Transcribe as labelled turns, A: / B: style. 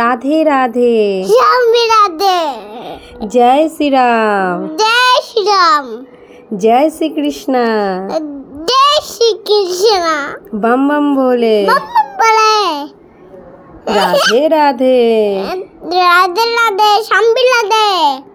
A: রাধে রাধে
B: স্বামী রাধে
A: জয় শ্রীরাম
B: জয় শ্রীরাম
A: জয় শ্রীকৃষ্ণ
B: জয় শ্রীকৃষ্ণ
A: বাম বাম ভোলে
B: বাবা বলে
A: রাধে রাধে
B: রাধে রাধে স্বামী রাধে